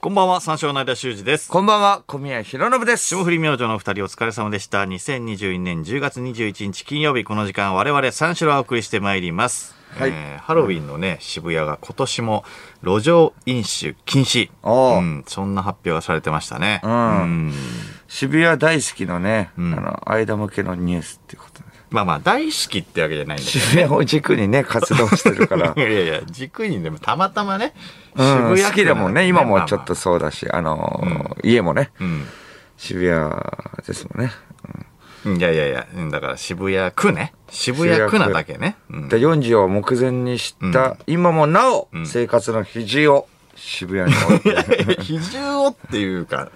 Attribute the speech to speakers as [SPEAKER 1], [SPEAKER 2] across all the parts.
[SPEAKER 1] こんばんは、三照の間修二です。
[SPEAKER 2] こんばんは、小宮浩信です。
[SPEAKER 1] 霜降り明星のお二人お疲れ様でした。2022年10月21日金曜日、この時間我々三四郎をお送りしてまいります。
[SPEAKER 2] はい
[SPEAKER 1] えーハロウィンのね、渋谷が今年も路上飲酒禁止。
[SPEAKER 2] おー
[SPEAKER 1] うん、そんな発表がされてましたね。
[SPEAKER 2] ん
[SPEAKER 1] うん
[SPEAKER 2] 渋谷大好きのね、
[SPEAKER 1] ん
[SPEAKER 2] あの、間向けのニュースってことね。
[SPEAKER 1] まあまあ、大好きってわけじゃないんだけど。
[SPEAKER 2] 渋谷を軸にね、活動してる から
[SPEAKER 1] い。やいや、軸にでもたまたまね、
[SPEAKER 2] うん、
[SPEAKER 1] 渋谷
[SPEAKER 2] 好きでもんね、今もちょっ。
[SPEAKER 1] ま
[SPEAKER 2] とそうだし、あのー、家もね、
[SPEAKER 1] あまあうん
[SPEAKER 2] 渋谷ですもんね。
[SPEAKER 1] いやいやいや、うんだから渋谷区ね。渋谷区なだけね。うん
[SPEAKER 2] で、40を目前にした、今もなお、生活の肘を渋谷に置いて
[SPEAKER 1] いやいや 比重をっていうか、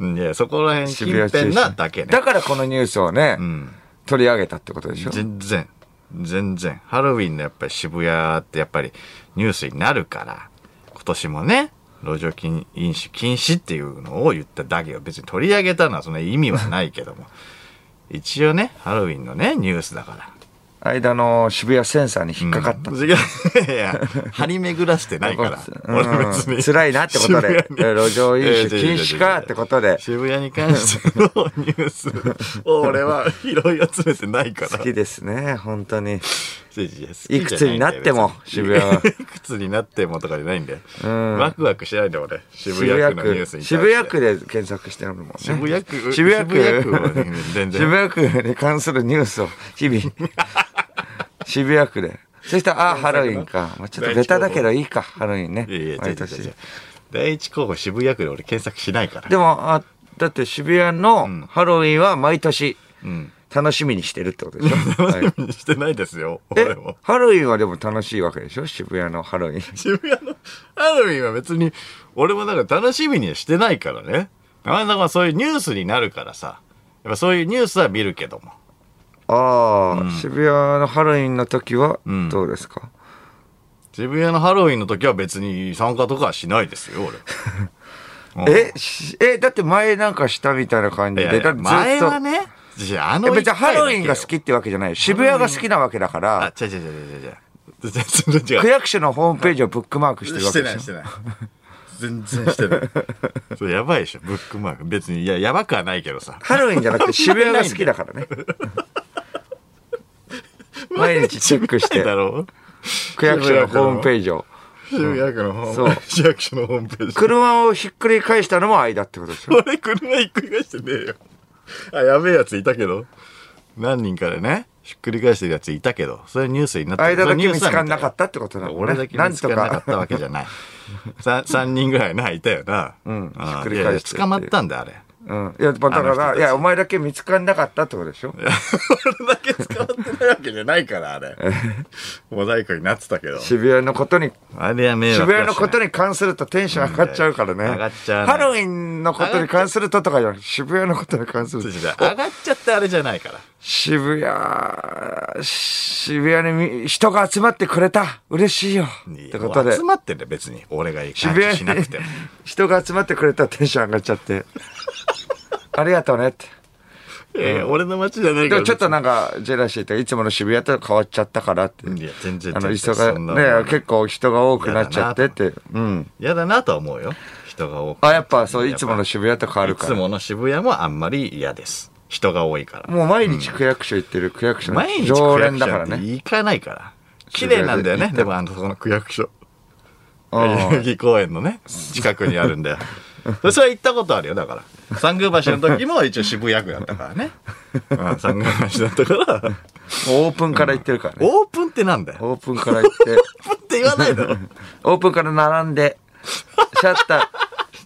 [SPEAKER 1] うんいや、そこら辺近
[SPEAKER 2] 渋谷
[SPEAKER 1] 辺
[SPEAKER 2] 中
[SPEAKER 1] な
[SPEAKER 2] 心
[SPEAKER 1] だけね。
[SPEAKER 2] だからこのニュースをね、
[SPEAKER 1] うん。
[SPEAKER 2] 取り上げたってことでしょ
[SPEAKER 1] 全然、全然。ハロウィンのやっぱり渋谷ってやっぱりニュースになるから、今年もね、路上禁飲酒禁止っていうのを言っただけよ。別に取り上げたのはその意味はないけども。一応ね、ハロウィンのね、ニュースだから。
[SPEAKER 2] 間の渋谷センサーに引っかかった。
[SPEAKER 1] うん違ういやいや、張り巡らしてない から。俺別
[SPEAKER 2] うん
[SPEAKER 1] に。
[SPEAKER 2] 辛いなってことで、
[SPEAKER 1] 渋谷に
[SPEAKER 2] 路上飲酒禁止かってことで、
[SPEAKER 1] 渋谷に関してのニュース を俺は拾い集めてないから。
[SPEAKER 2] 好きですね、本当に。
[SPEAKER 1] い
[SPEAKER 2] いくつになっても渋谷はい
[SPEAKER 1] くつになってもとかじゃないんだよ。
[SPEAKER 2] ん
[SPEAKER 1] ワクワクしないで俺。渋谷区のニュースに対して。
[SPEAKER 2] 渋谷区で検索してるもんね。
[SPEAKER 1] 渋谷区
[SPEAKER 2] 渋谷区
[SPEAKER 1] 渋谷区をね全然
[SPEAKER 2] 渋谷区に関するニュースを 日々、渋谷区で。そしたら、あ、ハロウィンか。まあ、ちょっとベタだけどいいか、ハロウィンね
[SPEAKER 1] いやいや、。
[SPEAKER 2] 毎
[SPEAKER 1] 違う違う違
[SPEAKER 2] 年
[SPEAKER 1] う。第一候補渋谷区で俺検索しないから。
[SPEAKER 2] でも、あ、だって渋谷のハロウィンは毎年
[SPEAKER 1] うん。
[SPEAKER 2] 楽しみにしてるってことでしょ。
[SPEAKER 1] 楽
[SPEAKER 2] はい
[SPEAKER 1] しみにしてないですよ。俺
[SPEAKER 2] え
[SPEAKER 1] も。、
[SPEAKER 2] ハロウィンはでも楽しいわけでしょ渋谷のハロウィン。
[SPEAKER 1] 渋谷のハロウィンは別に、俺もなんか楽しみにはしてないからね。なかなかそういうニュースになるからさ。やっぱそういうニュースは見るけども。
[SPEAKER 2] ああ、渋谷のハロウィンの時は
[SPEAKER 1] ん
[SPEAKER 2] どうですか、
[SPEAKER 1] 自分のハロウィンの時は別に参加とかはしないですよ、俺。
[SPEAKER 2] えしえ、だって前なんかしたみたいな感
[SPEAKER 1] うん
[SPEAKER 2] じ
[SPEAKER 1] いや
[SPEAKER 2] で、
[SPEAKER 1] い
[SPEAKER 2] だ
[SPEAKER 1] や
[SPEAKER 2] ってずっと。
[SPEAKER 1] 前はね、いやあの
[SPEAKER 2] え別にハロウィンが好
[SPEAKER 1] き。
[SPEAKER 2] きってわけじゃないよ渋谷が好きなわけだから
[SPEAKER 1] あ、、違う違う違う違う違う。全然違う
[SPEAKER 2] 区。役所のホームページをブックマークしてるわ
[SPEAKER 1] し
[SPEAKER 2] け
[SPEAKER 1] て
[SPEAKER 2] で
[SPEAKER 1] ない
[SPEAKER 2] しょ
[SPEAKER 1] してない全然してない それやばいでしょブックマーク別にいややばくはないけどさ
[SPEAKER 2] ハロウィンじ ゃなくて渋谷が好きだからね。毎日チェックして、
[SPEAKER 1] だろ
[SPEAKER 2] 区役所のホームページを。
[SPEAKER 1] 渋谷区のホ
[SPEAKER 2] そう
[SPEAKER 1] ーム市役所のホームページ
[SPEAKER 2] 車をひっくり返したのも間ってことで しょ
[SPEAKER 1] 俺車ひっくり返してねえよあやべえやついたけど何人かでねひっくり返してるやついたけどそれニュースになって
[SPEAKER 2] 間
[SPEAKER 1] それ
[SPEAKER 2] だ
[SPEAKER 1] ニュ
[SPEAKER 2] け
[SPEAKER 1] ー
[SPEAKER 2] 見
[SPEAKER 1] ス
[SPEAKER 2] つ
[SPEAKER 1] は見
[SPEAKER 2] かん
[SPEAKER 1] た
[SPEAKER 2] なかったってことだもんね。
[SPEAKER 1] 俺だけ見つからなかったわけじゃ ない 3, 人ぐらいないたよな
[SPEAKER 2] うん
[SPEAKER 1] あー
[SPEAKER 2] ひっくり
[SPEAKER 1] いやい
[SPEAKER 2] 返
[SPEAKER 1] や
[SPEAKER 2] して
[SPEAKER 1] 捕まったんだよあれ
[SPEAKER 2] うん。いや、まあだか
[SPEAKER 1] あの人た
[SPEAKER 2] ら、
[SPEAKER 1] ち
[SPEAKER 2] いや、お前だけ見つかんなかったってことでしょ
[SPEAKER 1] 俺だけ使ってないわけじゃないから、あ れ。モザイクになってたけど。
[SPEAKER 2] 渋谷のことに、
[SPEAKER 1] あれは迷惑
[SPEAKER 2] 渋谷のこと
[SPEAKER 1] に。
[SPEAKER 2] に関するとテンション上がっちゃうからね。
[SPEAKER 1] うん上がっちゃうね
[SPEAKER 2] ハロウィンのことに関するととかじゃなくて、渋谷のことに関すると。
[SPEAKER 1] 上がっちゃってあれじゃないから。
[SPEAKER 2] 渋谷、渋谷にみ人が集まってくれた。嬉しいよ。ってことで
[SPEAKER 1] 集。まってんだよ、別に。俺がいい感
[SPEAKER 2] 渋
[SPEAKER 1] じ
[SPEAKER 2] 谷
[SPEAKER 1] しな
[SPEAKER 2] に
[SPEAKER 1] くても。
[SPEAKER 2] 人が集まってくれたテンション上がっちゃって。 ありがとうねって。
[SPEAKER 1] ええ、俺の街じゃない
[SPEAKER 2] で
[SPEAKER 1] から。
[SPEAKER 2] もちょっとなんか、ジェラシーといつもの渋谷と変わっちゃったからって。
[SPEAKER 1] いや、全然
[SPEAKER 2] あの、
[SPEAKER 1] 全
[SPEAKER 2] 人
[SPEAKER 1] 然
[SPEAKER 2] が、
[SPEAKER 1] そんなもん
[SPEAKER 2] ね、結構人が多くなっちゃってって。うん。
[SPEAKER 1] 嫌だなとは思うよ。人が多く。
[SPEAKER 2] あ、やっぱそう、いつもの渋谷と変わ
[SPEAKER 1] い
[SPEAKER 2] るか
[SPEAKER 1] つ
[SPEAKER 2] ら。
[SPEAKER 1] もの渋谷もあんまり嫌です。人が多いから。
[SPEAKER 2] もう毎日区役所行ってる、区役所の
[SPEAKER 1] 毎日
[SPEAKER 2] 常
[SPEAKER 1] 区役
[SPEAKER 2] 連だか
[SPEAKER 1] 所
[SPEAKER 2] ら
[SPEAKER 1] って
[SPEAKER 2] ね。
[SPEAKER 1] 行かないから。綺麗なんだよね。でも、あの、そこの区役所。代
[SPEAKER 2] うん
[SPEAKER 1] 々木公園のね、近くにあるんだよ。それは行ったことあるよ、だから。三宮橋の時も一応渋谷区だったからね。うん、三宮橋だったから。
[SPEAKER 2] オープンから行ってるからね。
[SPEAKER 1] オープンってなんだよ。
[SPEAKER 2] オープンから 行って、
[SPEAKER 1] オープンって言わないだろ。
[SPEAKER 2] オープンから並んで、シャッタ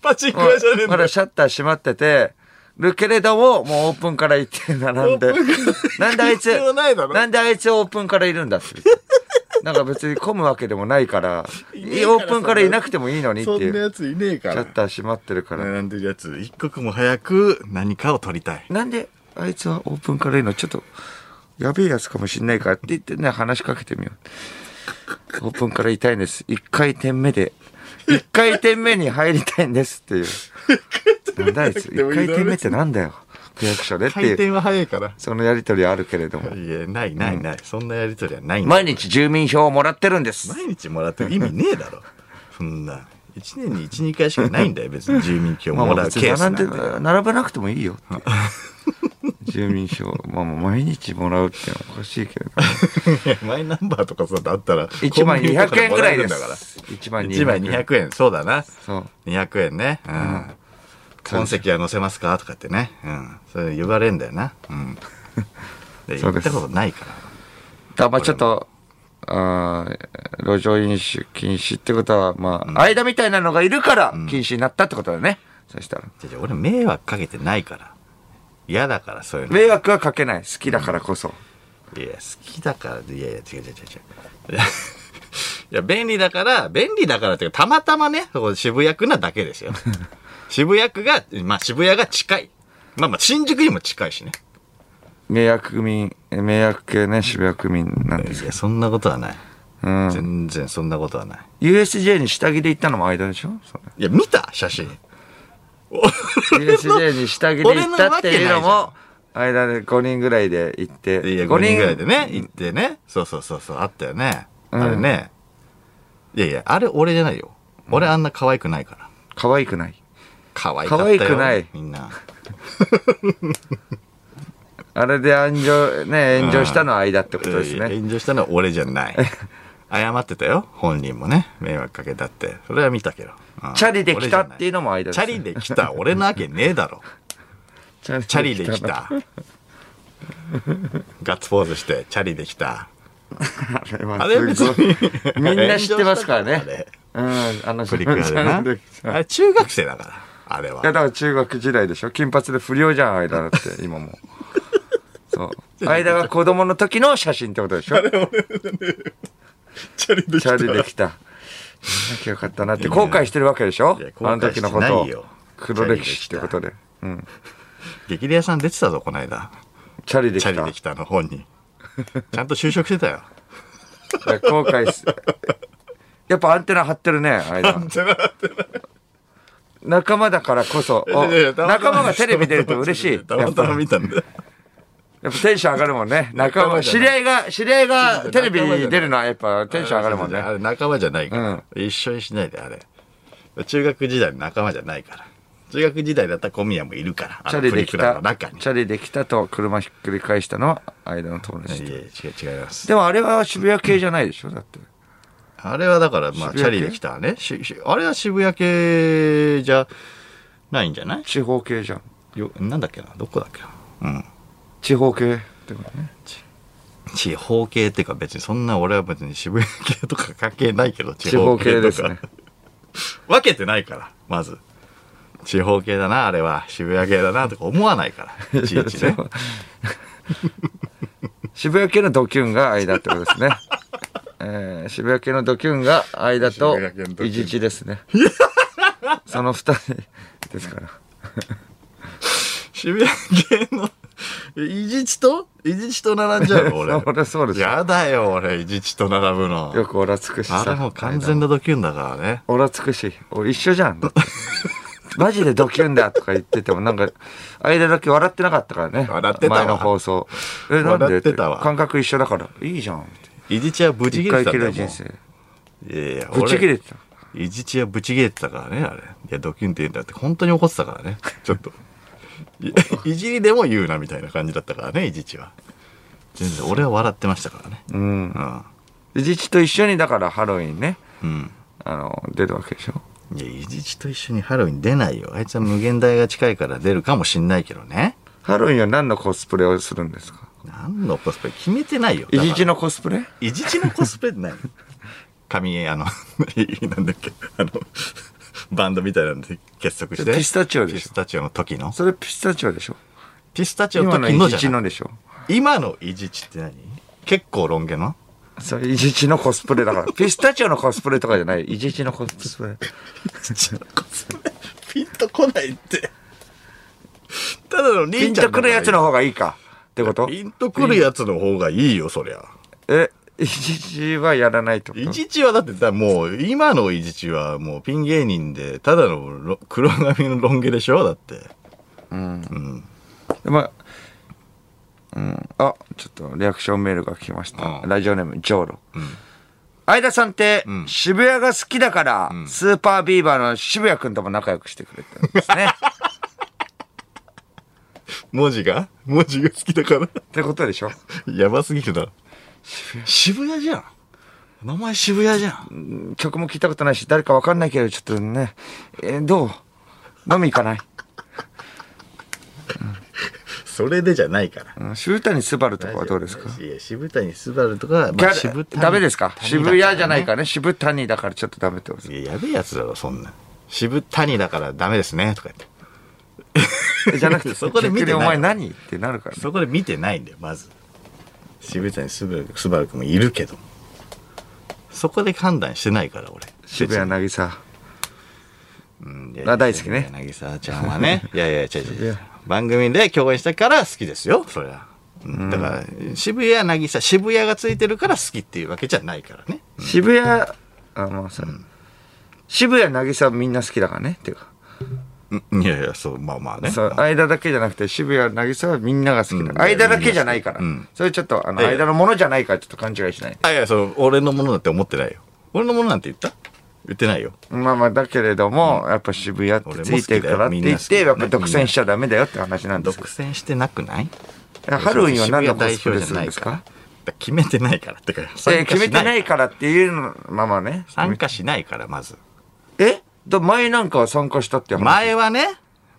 [SPEAKER 1] パ チンコ屋じゃねえ
[SPEAKER 2] ー、
[SPEAKER 1] ん
[SPEAKER 2] ま
[SPEAKER 1] だよ
[SPEAKER 2] だ。シャッター閉まってて、るけれども、もうオープンから行って並んで
[SPEAKER 1] オープンから行く、
[SPEAKER 2] なんであい
[SPEAKER 1] 必
[SPEAKER 2] つ
[SPEAKER 1] 要ないだ、ろ
[SPEAKER 2] なんであいつオープンからいるんだって。なんか別に混むわけでもないから、
[SPEAKER 1] いねえから
[SPEAKER 2] オープンからいなくてもいいのにって
[SPEAKER 1] そ
[SPEAKER 2] い
[SPEAKER 1] んな
[SPEAKER 2] う。
[SPEAKER 1] やついねえか
[SPEAKER 2] シャ
[SPEAKER 1] ら
[SPEAKER 2] ッ。ター閉まってるから。
[SPEAKER 1] 並んでるやつ、一刻も早く何かを取りたい。
[SPEAKER 2] なんであいつはオープンからいいのちょっとやべえやつかもしんないからって言ってね話しかけてみようオープンからいたいんです1回転目で1回転目に入りたいんですっていうなんだあいつ1回転目ってなんだよ区役所でって
[SPEAKER 1] 回
[SPEAKER 2] いう
[SPEAKER 1] 転は早いから。
[SPEAKER 2] そのやりとりはあるけれども
[SPEAKER 1] いや、ないないない。そんなやりとりはないんだよ
[SPEAKER 2] 毎日住民票をもらってるんで す
[SPEAKER 1] 毎日もらってる意味ねえだろ。そんな。 1年に12回しかないんだよ別に住民票
[SPEAKER 2] まあ
[SPEAKER 1] もらう
[SPEAKER 2] 別
[SPEAKER 1] ケ
[SPEAKER 2] に
[SPEAKER 1] ースなん
[SPEAKER 2] 並
[SPEAKER 1] て
[SPEAKER 2] んで並ばなくてもいいよって住民票まあもう毎日もらうってのはおかしいけど な
[SPEAKER 1] いやマイナンバーとかそうだったら
[SPEAKER 2] 1万200円
[SPEAKER 1] コンビニとか
[SPEAKER 2] ぐらいで
[SPEAKER 1] もらえるんだから
[SPEAKER 2] す1万
[SPEAKER 1] 1枚200円そうだな
[SPEAKER 2] そう
[SPEAKER 1] 200円ねうん、本籍は載せますかとかってね、うん、それ言われんだよなうん で言
[SPEAKER 2] そう
[SPEAKER 1] っ
[SPEAKER 2] です
[SPEAKER 1] たことないから
[SPEAKER 2] だまあちょっとあー路上飲酒禁止ってことはまあ、間みたいなのがいるから禁止になったってことだね、そしたら
[SPEAKER 1] じゃあ俺迷惑かけてないから嫌だからそういうの
[SPEAKER 2] 迷惑はかけない好きだからこそ、
[SPEAKER 1] いや好きだからでいやいや違う違う違 う違ういや便利だから便利だからっていうかたまたまねそこ渋谷区なだけです よ渋谷区がまあ渋谷が近いまあまあ新宿にも近いしね
[SPEAKER 2] 迷惑民え迷惑系ね渋谷区民なんです
[SPEAKER 1] いやそんなことはない、
[SPEAKER 2] うん
[SPEAKER 1] 全然そんなことはない
[SPEAKER 2] USJ に下着で行ったのも間でしょそれ
[SPEAKER 1] いや見た写真
[SPEAKER 2] USJ に下着で行ったっていうのも、間で5人ぐらいで行って。
[SPEAKER 1] いや、5人ぐらいでね、行ってね。そうそうそう、そうあったよね。
[SPEAKER 2] うん
[SPEAKER 1] あれね。いやいや、あれ俺じゃないよ。俺あんな可愛くないから。
[SPEAKER 2] 可愛くない。
[SPEAKER 1] 可愛かったよ。
[SPEAKER 2] 可愛くない
[SPEAKER 1] みんな。
[SPEAKER 2] あれで炎上、ね、炎上したのは間ってことです
[SPEAKER 1] いやいや
[SPEAKER 2] ね。
[SPEAKER 1] 炎上したのは俺じゃ ない。謝ってたよ。本人もね。迷惑かけたって。それは見たけど。うん
[SPEAKER 2] チャリで来たっていうのも間
[SPEAKER 1] 俺
[SPEAKER 2] で
[SPEAKER 1] じ
[SPEAKER 2] す
[SPEAKER 1] ゃ
[SPEAKER 2] ね
[SPEAKER 1] ないチャリで来た。俺なわけねえだ ろ。
[SPEAKER 2] チャ
[SPEAKER 1] チャリで来。た。 ガッツポーズして、チャリで来た。
[SPEAKER 2] あれ
[SPEAKER 1] あれ
[SPEAKER 2] は
[SPEAKER 1] 別
[SPEAKER 2] すごい
[SPEAKER 1] に。。
[SPEAKER 2] みんな知ってますから
[SPEAKER 1] 炎上した
[SPEAKER 2] ね
[SPEAKER 1] ら。
[SPEAKER 2] うん、あの、
[SPEAKER 1] プリクラでな。
[SPEAKER 2] い
[SPEAKER 1] あ れ中学生だから、あれは。
[SPEAKER 2] や、だから中学時代でしょ金髪で不良じゃん、間だ って、今も。そう。間が子供の時の写真ってことでしょ
[SPEAKER 1] チャリで
[SPEAKER 2] チャリできた。なきゃよかったなって後悔してるわけでしょ
[SPEAKER 1] いや後
[SPEAKER 2] あの
[SPEAKER 1] 悔
[SPEAKER 2] 時
[SPEAKER 1] し
[SPEAKER 2] の
[SPEAKER 1] て
[SPEAKER 2] こ
[SPEAKER 1] ないよ
[SPEAKER 2] とを。黒歴史ってことで。うん。
[SPEAKER 1] 激レアさん出てたぞ、この間。
[SPEAKER 2] チャリで
[SPEAKER 1] チャ
[SPEAKER 2] き
[SPEAKER 1] リ
[SPEAKER 2] た。
[SPEAKER 1] できたの本に。ちゃんと就職してたよ。
[SPEAKER 2] いや後悔す。やっぱアンテナ張ってるね、間。仲間だから こそ。お
[SPEAKER 1] いやいやたまたま
[SPEAKER 2] 仲間がテレビ出ると嬉しい。
[SPEAKER 1] た
[SPEAKER 2] や
[SPEAKER 1] ま
[SPEAKER 2] ったぱ
[SPEAKER 1] ま見たんだ。
[SPEAKER 2] やっぱテンション上がるもんね。仲
[SPEAKER 1] 仲間
[SPEAKER 2] 間、
[SPEAKER 1] じゃ
[SPEAKER 2] 知
[SPEAKER 1] ない
[SPEAKER 2] り合いが、知り合いがテレビに出るのはやっぱテンション上がるもんね。
[SPEAKER 1] あれ仲間じゃないから。一緒にしないで、あれ。中学時代の仲間じゃないから。中学時代だったら小宮もいるから。あ
[SPEAKER 2] チ
[SPEAKER 1] の
[SPEAKER 2] ャリ
[SPEAKER 1] プ
[SPEAKER 2] で
[SPEAKER 1] リク
[SPEAKER 2] き
[SPEAKER 1] ラ
[SPEAKER 2] た
[SPEAKER 1] の中。に。
[SPEAKER 2] チャリできたと車ひっくり返したのは間の友達
[SPEAKER 1] い
[SPEAKER 2] と。
[SPEAKER 1] やいや違う違います。
[SPEAKER 2] でもあれは渋谷系じゃないでしょだって。
[SPEAKER 1] あれはだから、まあ、
[SPEAKER 2] 渋谷系
[SPEAKER 1] チャリできたね。ししあれは渋谷系じゃないんじゃない
[SPEAKER 2] 地方系じゃん。
[SPEAKER 1] よなんだっけなどこだっけなうん。
[SPEAKER 2] 地方系ってことね。
[SPEAKER 1] 地方系っていうか別にそんな俺は別に渋谷系とか関係ないけど
[SPEAKER 2] 地方系
[SPEAKER 1] と
[SPEAKER 2] で
[SPEAKER 1] か
[SPEAKER 2] すね。
[SPEAKER 1] 分けてないからまず地方系だなあれは渋谷系だなとか思わない からいちいちね
[SPEAKER 2] 渋谷系のドキュンが間ってことですね。えー渋谷系のドキュンが間と
[SPEAKER 1] 渋谷系のドキュン
[SPEAKER 2] いじちですね。その二人ですから。
[SPEAKER 1] 渋谷系のいじちといじちと並んじゃう の俺
[SPEAKER 2] 俺そうですよ。
[SPEAKER 1] やだよ俺いじちと並ぶの
[SPEAKER 2] よくオラつくしさ。
[SPEAKER 1] あれもう完全なドキュンだからね
[SPEAKER 2] オラつくし、俺一緒じゃん。だ ってマジでドキュンだとか言ってても、なんか、間だけ笑ってなかったからね。
[SPEAKER 1] 笑ってたわ
[SPEAKER 2] 前の放送。え、なん
[SPEAKER 1] 笑
[SPEAKER 2] で
[SPEAKER 1] ってたわ
[SPEAKER 2] 感覚一緒だから。いいじゃん。
[SPEAKER 1] いじちはブチ
[SPEAKER 2] 一
[SPEAKER 1] 切れてた
[SPEAKER 2] 回き
[SPEAKER 1] ん
[SPEAKER 2] り
[SPEAKER 1] だ
[SPEAKER 2] の
[SPEAKER 1] よも
[SPEAKER 2] 人
[SPEAKER 1] う
[SPEAKER 2] 生。
[SPEAKER 1] いやいや
[SPEAKER 2] ぶち切れてた。
[SPEAKER 1] いじちはぶち切れてたからね、あれ。いや、ドキュンって言うんだって、本当に怒ってたからね、ちょっと。いい じりでも言うなみたいな感じだったからね、いじちは。全然、俺は笑ってましたからね。
[SPEAKER 2] う
[SPEAKER 1] う
[SPEAKER 2] ん。
[SPEAKER 1] ん。
[SPEAKER 2] いじちと一緒にだからハロウィンね。
[SPEAKER 1] うん。
[SPEAKER 2] あの、出るわけでしょ。
[SPEAKER 1] いや、いじちと一緒にハロウィン出ないよ。あいつは無限大が近いから出るかもしんないけどね。
[SPEAKER 2] ハロウィンは何のコスプレをするんですか
[SPEAKER 1] 何のコスプレ決めてないよ。
[SPEAKER 2] いじち
[SPEAKER 1] の。
[SPEAKER 2] のコスプレ
[SPEAKER 1] いじちのコスプレって何髪、あの、 なんだっけ、あの、バンドみたいなんで結束して。
[SPEAKER 2] ピスタチオでしょ
[SPEAKER 1] ピスタチオの時の
[SPEAKER 2] それピスタチオでしょ
[SPEAKER 1] ピスタチオの
[SPEAKER 2] 今の
[SPEAKER 1] 時
[SPEAKER 2] い
[SPEAKER 1] のじ
[SPEAKER 2] じ
[SPEAKER 1] ゃ
[SPEAKER 2] ち
[SPEAKER 1] ない
[SPEAKER 2] のでしょ
[SPEAKER 1] 今のいじちって何結構ロン毛の
[SPEAKER 2] それいじちのコスプレだから。 ピスタチオのコスプレとかじゃない。いじちのコスプ レ。
[SPEAKER 1] ピンとこないって。ただの
[SPEAKER 2] ピン
[SPEAKER 1] 兄ちゃ
[SPEAKER 2] と
[SPEAKER 1] ん
[SPEAKER 2] くるやつの方がいいか。ってこと
[SPEAKER 1] ピンとくるやつの方がいいよ、そりゃ。
[SPEAKER 2] え、いじちはやらないってこと
[SPEAKER 1] いじちはだってさ、もう、今のいじちはもうピン芸人で、ただのロ黒髪のロン毛でしょだって。
[SPEAKER 2] まあ、うん、あ、ちょっとリアクションメールが来ました。
[SPEAKER 1] うん
[SPEAKER 2] ラジオネーム、ジョーロ。相田さんって、渋谷が好きだから、スーパービーバーの渋谷くんとも仲良くしてくれてるん ですね。
[SPEAKER 1] 文字が文字が好きだから。
[SPEAKER 2] ってことでしょ
[SPEAKER 1] やばすぎるだろ。渋谷じゃん。名前渋谷じゃん。
[SPEAKER 2] 曲も聞いたことないし、誰かわかんないけど、ちょっとね、えーどう飲み行かない
[SPEAKER 1] それでじゃないから。
[SPEAKER 2] うん渋谷すばるとかはどうですか
[SPEAKER 1] いや、渋谷スバルとかは、
[SPEAKER 2] ギ
[SPEAKER 1] まあ
[SPEAKER 2] ャル
[SPEAKER 1] 渋谷
[SPEAKER 2] ダメですか渋谷じゃないからね、渋谷だからちょっとダメってことです
[SPEAKER 1] いや、やべえやつだろ、そんな。渋谷だからダメですね、とか言って。
[SPEAKER 2] え じゃなくて、
[SPEAKER 1] そこで見てない
[SPEAKER 2] 逆にお前何ってなるからね。
[SPEAKER 1] そこで見てないんだよ、まず。渋谷スバル、スバル君もいるけど。そこで判断してないから、俺。
[SPEAKER 2] 渋谷渚
[SPEAKER 1] うんいや
[SPEAKER 2] が大好きね
[SPEAKER 1] 渚ちゃんは ね。いやいや、違う違う違う。番組で共演したから好きですよ、そりゃ。うんだから、渋谷渚、渋谷がついてるから好きっていうわけじゃないからね。
[SPEAKER 2] 渋谷、あ、まあそう。渋谷渚みんな好きだからね、っていうか。
[SPEAKER 1] うんいやいや、そう、まあまあね。
[SPEAKER 2] そう、間だけじゃなくて、渋谷渚はみんなが好きだから。間だけじゃないから。それちょっと、あの、
[SPEAKER 1] ええ
[SPEAKER 2] 間のものじゃないからちょっと勘違いしない。
[SPEAKER 1] あ、いや、そう、俺のものだって思ってないよ。俺のものなんて言った言ってないよ。
[SPEAKER 2] まあまあ、だけれども、やっぱ渋谷ってついてるからって
[SPEAKER 1] 俺
[SPEAKER 2] 言
[SPEAKER 1] も
[SPEAKER 2] っ
[SPEAKER 1] 好きだ
[SPEAKER 2] て、
[SPEAKER 1] よ
[SPEAKER 2] やっぱ独占しちゃダメだよって話なんです
[SPEAKER 1] 独占してなくない
[SPEAKER 2] けど。ハロウィンは何のコスプ
[SPEAKER 1] 渋
[SPEAKER 2] レ
[SPEAKER 1] 谷
[SPEAKER 2] するんですか
[SPEAKER 1] ら決めてないからってか、。
[SPEAKER 2] えー決めてないいからっていうの、まあまあね。
[SPEAKER 1] 参加しないから、まず。
[SPEAKER 2] えだ前なんかは参加したって話。
[SPEAKER 1] 前はね、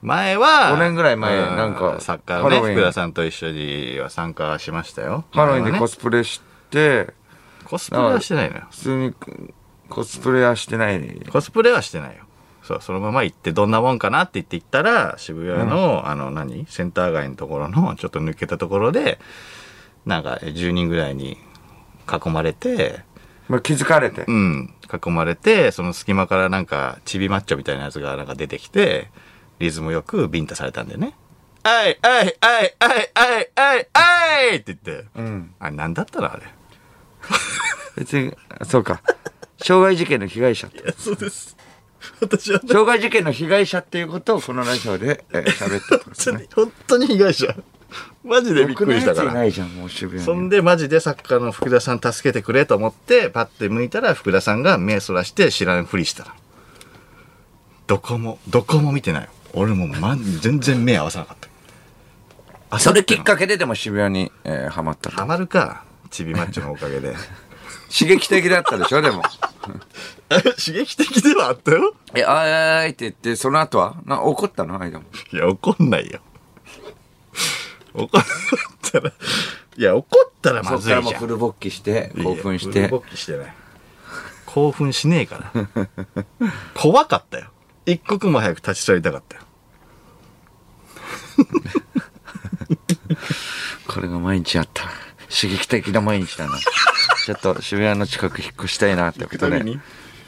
[SPEAKER 1] 前は、
[SPEAKER 2] 五年ぐらい前
[SPEAKER 1] う
[SPEAKER 2] なんか
[SPEAKER 1] 作家のね、
[SPEAKER 2] ハロウィン
[SPEAKER 1] 福田さんと一緒には参加しましたよ。
[SPEAKER 2] ハロウィンでコ
[SPEAKER 1] コス,、
[SPEAKER 2] スプレして、
[SPEAKER 1] コスプレはしてないのよ。
[SPEAKER 2] 普通にコスプレはしてない。
[SPEAKER 1] コスプレはしてないよ。そう、そのまま行ってどんなもんかなって言って行ったら、渋谷の、あの何、センター街のところの、ちょっと抜けたところで、なんかえ10人ぐらいに囲まれて、
[SPEAKER 2] まあ気づかれて
[SPEAKER 1] う。ん、囲まれて、その隙間からなんか、チビマッチョみたいなやつがなんか出てきて、リズムよくビンタされたんだよね。あい、あい、あい、あい、あい、あい、あいって言って。
[SPEAKER 2] うん。
[SPEAKER 1] あれ、なんだったのあれ。
[SPEAKER 2] 別に、そうか。傷害事件の被害者って。
[SPEAKER 1] そうです。私は、
[SPEAKER 2] 傷害事件の被害者っていうことをこのラジオでえー喋ったってこ とですね。
[SPEAKER 1] 本当に被害者。マジでびっくりしたから。
[SPEAKER 2] 僕のやついないじゃん、もう渋
[SPEAKER 1] そ
[SPEAKER 2] 谷
[SPEAKER 1] ん
[SPEAKER 2] に。
[SPEAKER 1] で、マジで作家の福田さん助けてくれと思って、パッて向いたら、福田さんが目そらして知らんふりしたら。どこも、どこも見てないよ。俺も、ま、全然目合わさなかった。あ
[SPEAKER 2] それきっかけででも渋谷に、えーハマったと
[SPEAKER 1] ハマるか。ちびマッチョのおかげで。
[SPEAKER 2] 刺激的だったでしょ、でも。
[SPEAKER 1] 刺激的ではあったよ。
[SPEAKER 2] え、あーいって言って、その後はな怒ったの間も。
[SPEAKER 1] いや、怒んないよ。怒ったら、いや、怒ったら
[SPEAKER 2] そ
[SPEAKER 1] ま
[SPEAKER 2] っ
[SPEAKER 1] ずいじ
[SPEAKER 2] か
[SPEAKER 1] ゃ
[SPEAKER 2] ら
[SPEAKER 1] ん。
[SPEAKER 2] もうフル勃起して、興奮し
[SPEAKER 1] いや
[SPEAKER 2] て。
[SPEAKER 1] 勃起してない。興奮しねえ から。怖かったよ。一刻も早く立ち去りたかったよ。
[SPEAKER 2] これが毎日あった。刺激的な毎日 だな。ちょっと渋谷の近く引っ越したいなってことね。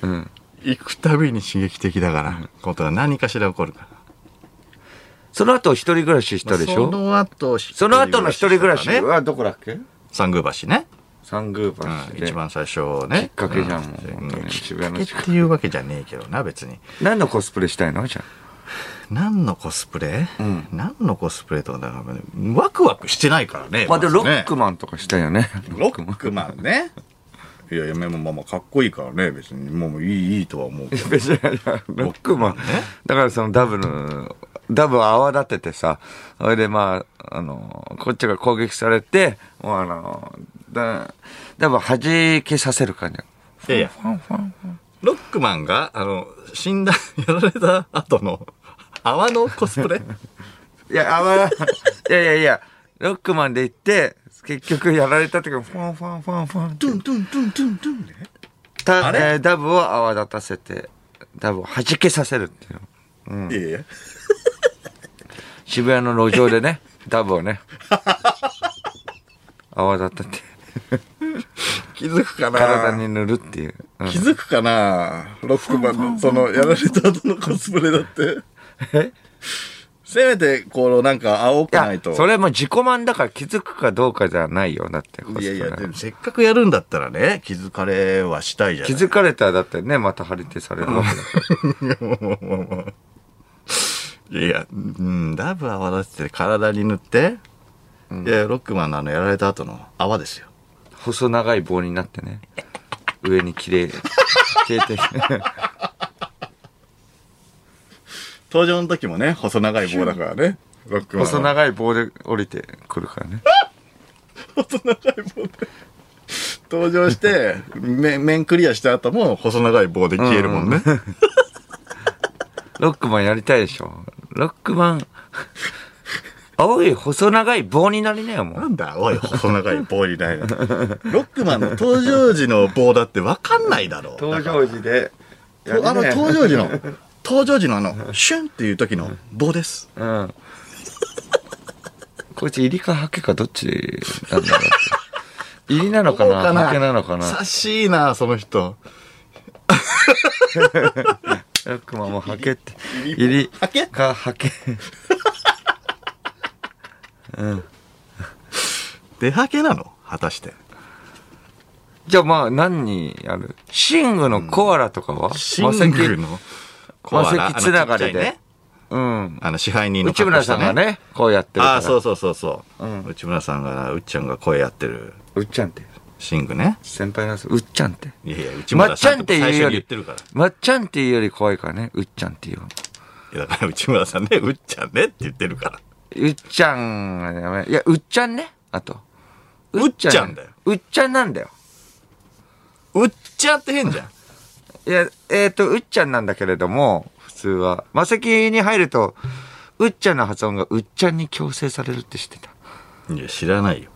[SPEAKER 2] うん。
[SPEAKER 1] 行くたびに刺激的だから、ことは何かしら起こるから。
[SPEAKER 2] その後一人暮らししたでし
[SPEAKER 1] そ
[SPEAKER 2] ょ
[SPEAKER 1] の後、
[SPEAKER 2] その後の一人暮らし
[SPEAKER 1] ね。
[SPEAKER 2] はどこだっけ
[SPEAKER 1] 三宮橋ね。
[SPEAKER 2] 三宮橋
[SPEAKER 1] うん
[SPEAKER 2] で
[SPEAKER 1] 一。番最初ね。
[SPEAKER 2] きっかけじゃんもう
[SPEAKER 1] う
[SPEAKER 2] 本当に
[SPEAKER 1] うんきっ
[SPEAKER 2] 渋
[SPEAKER 1] か
[SPEAKER 2] 谷
[SPEAKER 1] け
[SPEAKER 2] の
[SPEAKER 1] っ
[SPEAKER 2] 近く
[SPEAKER 1] ていうわけじゃねえけどな、別に。
[SPEAKER 2] 何のコスプレしたいのじゃ
[SPEAKER 1] 何のコスプレ、
[SPEAKER 2] ん
[SPEAKER 1] 何のコスプレとかだから、ワクワクしてないからね。
[SPEAKER 2] あ。まあでも
[SPEAKER 1] ず
[SPEAKER 2] ロ
[SPEAKER 1] ね
[SPEAKER 2] ックマンとかしたいよね。
[SPEAKER 1] ロックマンね。いや、嫁もまあまあかっこいいからね、別に。もういい、いいとは思うけど。
[SPEAKER 2] 別にロックマン
[SPEAKER 1] ロックマンね。
[SPEAKER 2] だからそのダブの、ダブを泡立ててさ、それでまあ、あの、こっちが攻撃されて、もうあの、だダブを弾けさせる感じ。
[SPEAKER 1] いやいや
[SPEAKER 2] ファンファンファン。
[SPEAKER 1] ロックマンが、あの、死んだ、 やられた後の、泡のコスプレ
[SPEAKER 2] いや、泡、いやいやいや、ロックマンで行って、結局やられた時もファンファンファンファンって
[SPEAKER 1] トゥントゥントゥントゥントゥンね。
[SPEAKER 2] た
[SPEAKER 1] あれ
[SPEAKER 2] えーダブを泡立たせて、ダブを弾けさせるっていうの。
[SPEAKER 1] いやいや。
[SPEAKER 2] 渋谷の路上で ね、ダブをね、泡立てて、
[SPEAKER 1] 気づくかな
[SPEAKER 2] 体に塗るっていう。うん
[SPEAKER 1] 気づくかなロックマンの、その、やられた後のコスプレだって。
[SPEAKER 2] え
[SPEAKER 1] せめて、この、なんか、青く
[SPEAKER 2] い
[SPEAKER 1] な
[SPEAKER 2] や
[SPEAKER 1] いと。、
[SPEAKER 2] それも自己満だから気づくかどうかじゃないよ。だって、
[SPEAKER 1] いやいや、
[SPEAKER 2] コスプ
[SPEAKER 1] で
[SPEAKER 2] レ
[SPEAKER 1] もせっかくやるんだったらね、気づかれはしたいじゃ
[SPEAKER 2] 気
[SPEAKER 1] ない
[SPEAKER 2] づかれたらだってね、また張り手されるわけだから。
[SPEAKER 1] いやいや、うん、ダブ泡立てて体に塗って、いや、ロックマンのあの、やられた後の泡ですよ。
[SPEAKER 2] 細長い棒になってね。上に綺麗携帯
[SPEAKER 1] 登場の時もね、細長い棒だからね。ロックマンは
[SPEAKER 2] 細長い棒で降りてくるからね
[SPEAKER 1] 細長い棒で。登場 して、面面クリアした後も細長い棒で消えるもんね。
[SPEAKER 2] ロックマンやりたいでしょロックマン 青い細長い棒になりなよも
[SPEAKER 1] な
[SPEAKER 2] うん
[SPEAKER 1] だ、おい、細長い棒に ないの。ロックマンの登場時の棒だってわかんないだろう。
[SPEAKER 2] 登場時でやり
[SPEAKER 1] とあの
[SPEAKER 2] なよ
[SPEAKER 1] 登場時の、 登場時のあの、シュンっていう時の棒です。
[SPEAKER 2] うんこいつ入りかハケかどっちなんだろうって入りなのかな
[SPEAKER 1] そうかな
[SPEAKER 2] ハケなのかな
[SPEAKER 1] 察しいな、その人。
[SPEAKER 2] ロックマンもハケって
[SPEAKER 1] 入り
[SPEAKER 2] 入り
[SPEAKER 1] ハケ
[SPEAKER 2] かハケ
[SPEAKER 1] 出はけなの果たして。
[SPEAKER 2] じゃあまあ何にやるシングのコアラとかは、
[SPEAKER 1] シングルのコアラ、
[SPEAKER 2] マセキつながりで
[SPEAKER 1] あのちっちゃいね
[SPEAKER 2] うん。
[SPEAKER 1] あの、支配人の
[SPEAKER 2] 内
[SPEAKER 1] 格好
[SPEAKER 2] 村
[SPEAKER 1] した
[SPEAKER 2] さんがね、こうやってるから。。
[SPEAKER 1] ああ、そううそうそうそう。
[SPEAKER 2] うん
[SPEAKER 1] 内村さんが、うっちゃんが声やってる、
[SPEAKER 2] っちゃんって。
[SPEAKER 1] シングね。
[SPEAKER 2] 先輩なんですうっちゃんって。
[SPEAKER 1] いやいや、内村さんって
[SPEAKER 2] まっちゃん
[SPEAKER 1] 最
[SPEAKER 2] っていう
[SPEAKER 1] 初に
[SPEAKER 2] より
[SPEAKER 1] 言ってるから。
[SPEAKER 2] まっちゃんっていうより怖いからね、うっちゃんっていう。
[SPEAKER 1] いや、だから内村さんね、うっちゃんねって言ってるから。
[SPEAKER 2] うっちゃんはやめ。いや、うっちゃんね、あと。
[SPEAKER 1] うっちゃんだよ
[SPEAKER 2] うっちゃんなんだよ。
[SPEAKER 1] うっちゃんって変じゃん。
[SPEAKER 2] いや、えっ、と、うっちゃんなんだけれども、普通は。マセキに入ると、うっちゃんの発音がうっちゃんに強制されるって知ってた。
[SPEAKER 1] いや、知らないよ。